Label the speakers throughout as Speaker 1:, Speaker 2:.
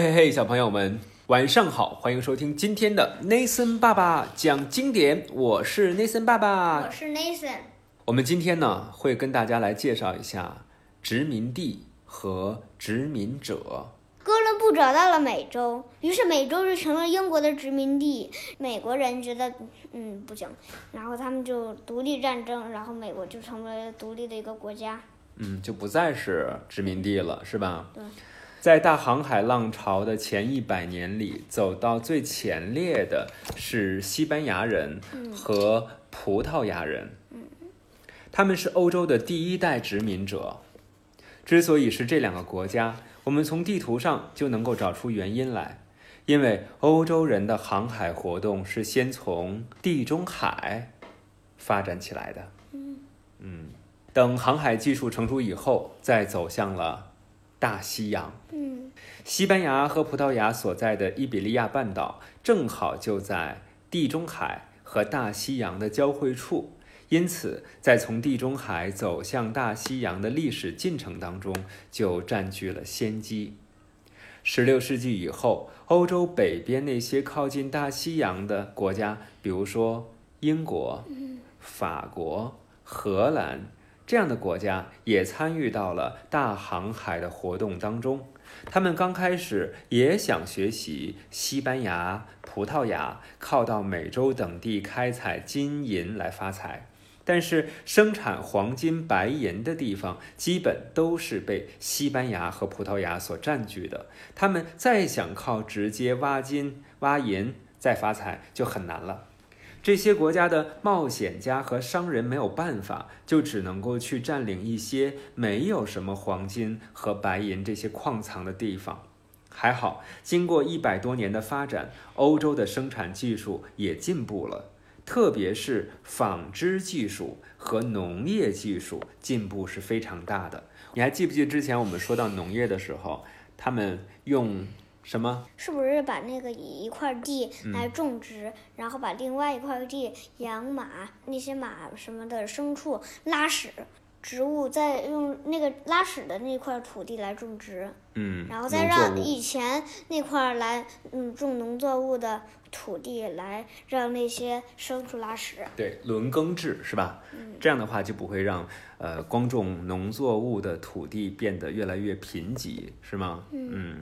Speaker 1: 嘿嘿嘿，小朋友们，晚上好，欢迎收听今天的 Nathan 爸爸讲经典，我是 Nathan 爸
Speaker 2: 我
Speaker 1: 爸。
Speaker 2: 是 Nathan，
Speaker 1: 我们今天呢，会跟大家来介绍一下殖民地和殖民者。
Speaker 2: 哥伦布找到了美洲，于是美洲就成了英国的殖民地。美国人觉得，嗯，不行，然后他们就独立战争，然后美国就成为了独立的一个国家。
Speaker 1: 嗯，就不再是殖民地了，是吧？
Speaker 2: 对。
Speaker 1: 在大航海浪潮的前一百年里，走到最前列的是西班牙人和葡萄牙人。他们是欧洲的第一代殖民者。之所以是这两个国家，我们从地图上就能够找出原因来。因为欧洲人的航海活动是先从地中海发展起来的。嗯，等航海技术成熟以后，再走向了大西洋。
Speaker 2: 嗯，
Speaker 1: 西班牙和葡萄牙所在的伊比利亚半岛正好就在地中海和大西洋的交汇处，因此在从地中海走向大西洋的历史进程当中就占据了先机。十六世纪以后，欧洲北边那些靠近大西洋的国家，比如说英国、法国、荷兰这样的国家，也参与到了大航海的活动当中。他们刚开始也想学习西班牙、葡萄牙，靠到美洲等地开采金银来发财。但是生产黄金、白银的地方，基本都是被西班牙和葡萄牙所占据的。他们再想靠直接挖金、挖银再发财，就很难了。这些国家的冒险家和商人没有办法，就只能够去占领一些没有什么黄金和白银这些矿藏的地方。还好，经过一百多年的发展，欧洲的生产技术也进步了，特别是纺织技术和农业技术进步是非常大的。你还记不记得之前我们说到农业的时候，他们用什么？
Speaker 2: 是不是把那个一块地来种植，然后把另外一块地养马，那些马什么的牲畜拉屎，植物再用那个拉屎的那块土地来种植。
Speaker 1: 嗯，
Speaker 2: 然后再
Speaker 1: 农作
Speaker 2: 让
Speaker 1: 物
Speaker 2: 以前那块儿来，嗯，种农作物的土地来让那些牲畜拉屎。
Speaker 1: 对，轮耕制是吧？这样的话就不会让呃光种农作物的土地变得越来越贫瘠，是吗？嗯，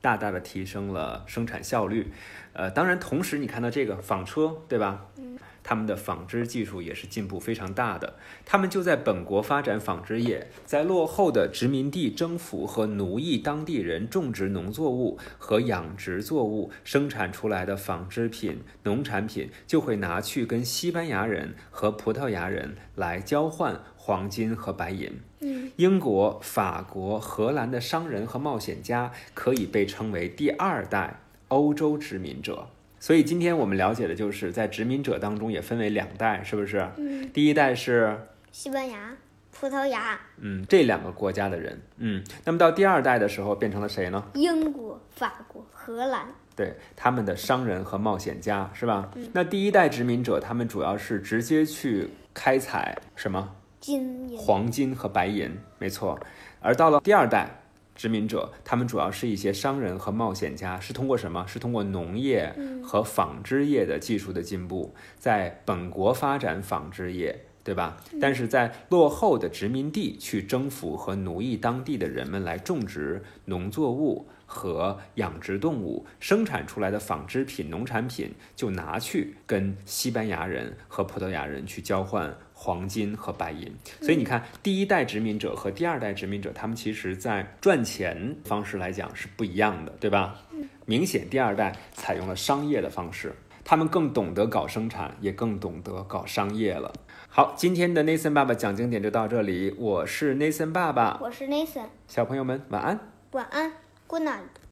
Speaker 1: 大大的提升了生产效率。呃，当然，同时你看到这个纺车，对吧？嗯，他们的纺织技术也是进步非常大的。他们就在本国发展纺织业，在落后的殖民地征服和奴役当地人种植农作物和养殖作物，生产出来的纺织品、农产品就会拿去跟西班牙人和葡萄牙人来交换黄金和白银。
Speaker 2: 嗯，
Speaker 1: 英国、法国、荷兰的商人和冒险家可以被称为第二代欧洲殖民者。所以今天我们了解的就是，在殖民者当中也分为两代，是不是？
Speaker 2: 嗯，
Speaker 1: 第一代是
Speaker 2: 西班牙、葡萄牙、
Speaker 1: 嗯，这两个国家的人，嗯，那么到第二代的时候变成了谁呢？
Speaker 2: 英国、法国、荷兰。
Speaker 1: 对，他们的商人和冒险家是吧？那第一代殖民者，他们主要是直接去开采什么
Speaker 2: 金银
Speaker 1: 黄金和白银，没错。而到了第二代殖民者，他们主要是一些商人和冒险家，是通过什么？是通过农业和纺织业的技术的进步，在本国发展纺织业。对吧？但是在落后的殖民地去征服和奴役当地的人们来种植农作物和养殖动物，生产出来的纺织品、农产品就拿去跟西班牙人和葡萄牙人去交换黄金和白银。所以你看，第一代殖民者和第二代殖民者，他们其实在赚钱方式来讲是不一样的，对吧？明显第二代采用了商业的方式，他们更懂得搞生产，也更懂得搞商业了。好，今天的 Nathan 爸爸讲经典就到这里，我是 Nathan 爸爸，
Speaker 2: 我是 Nathan，
Speaker 1: 小朋友们晚安。
Speaker 2: 晚安，Good night。